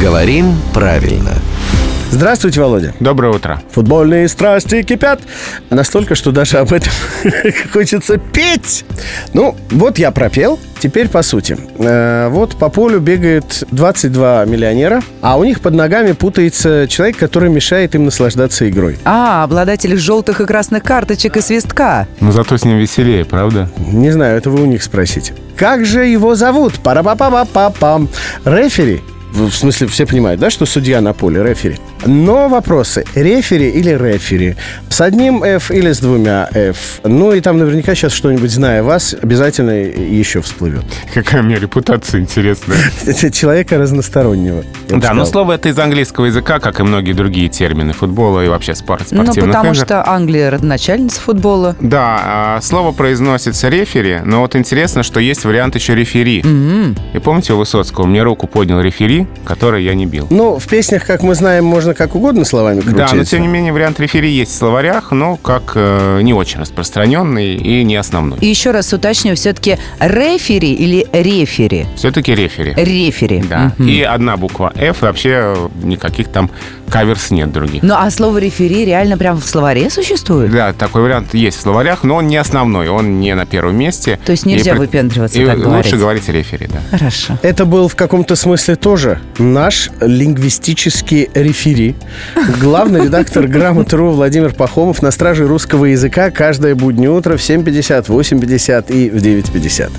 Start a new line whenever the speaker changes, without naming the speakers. Говорим правильно.
Здравствуйте, Володя.
Доброе утро.
Футбольные страсти кипят. Настолько, что даже об этом хочется петь. Ну, вот я пропел. Теперь по сути. Э, Вот по полю бегает 22 миллионера, а у них под ногами путается человек, который мешает им наслаждаться игрой.
А, обладатель желтых и красных карточек и свистка.
Но Ну, зато с ним веселее, правда?
Не знаю, это вы у них спросите. Как же его зовут? пара па па па пам Рефери? В в смысле, все понимают, да, что судья на поле, рефери. Но вопросы, рефери или рефери? С одним F или с двумя F? Ну и там наверняка сейчас что-нибудь, зная вас, обязательно еще всплывет.
Какая у меня репутация интересная.
Человека разностороннего. я бы
Да, ну, но
сказал.
слово это из английского языка, как и многие другие термины футбола и вообще спорт,
Ну,
спортивных
потому
игр.
что Англия родоначальница футбола.
Да, а, слово произносится рефери, но вот интересно, что есть вариант еще рефери. И помните у Высоцкого, мне руку поднял рефери, который я не бил.
Ну, в песнях, как мы знаем, можно как угодно словами крутить.
Да, но тем не менее вариант рефери есть в словарях, но как э, не очень распространенный и не основной.
И еще раз уточню, все-таки рефери или рефери?
Все-таки рефери.
Рефери.
Да.
Мгм.
И одна буква F, и вообще э, никаких там каверс нет других.
Ну, а слово рефери реально прям в словаре существует?
Да, такой вариант есть в словарях, но он не основной, он не на первом месте.
То есть нельзя
И пред-
выпендриваться,
и
так
лучше
говорить.
говорить рефери, да.
Хорошо.
Это был в каком-то смысле тоже наш лингвистический рефери. Главный редактор «Грамотру» Владимир Пахомов на страже русского языка каждое буднее утро в 7.50, 8.50 и в 9.50.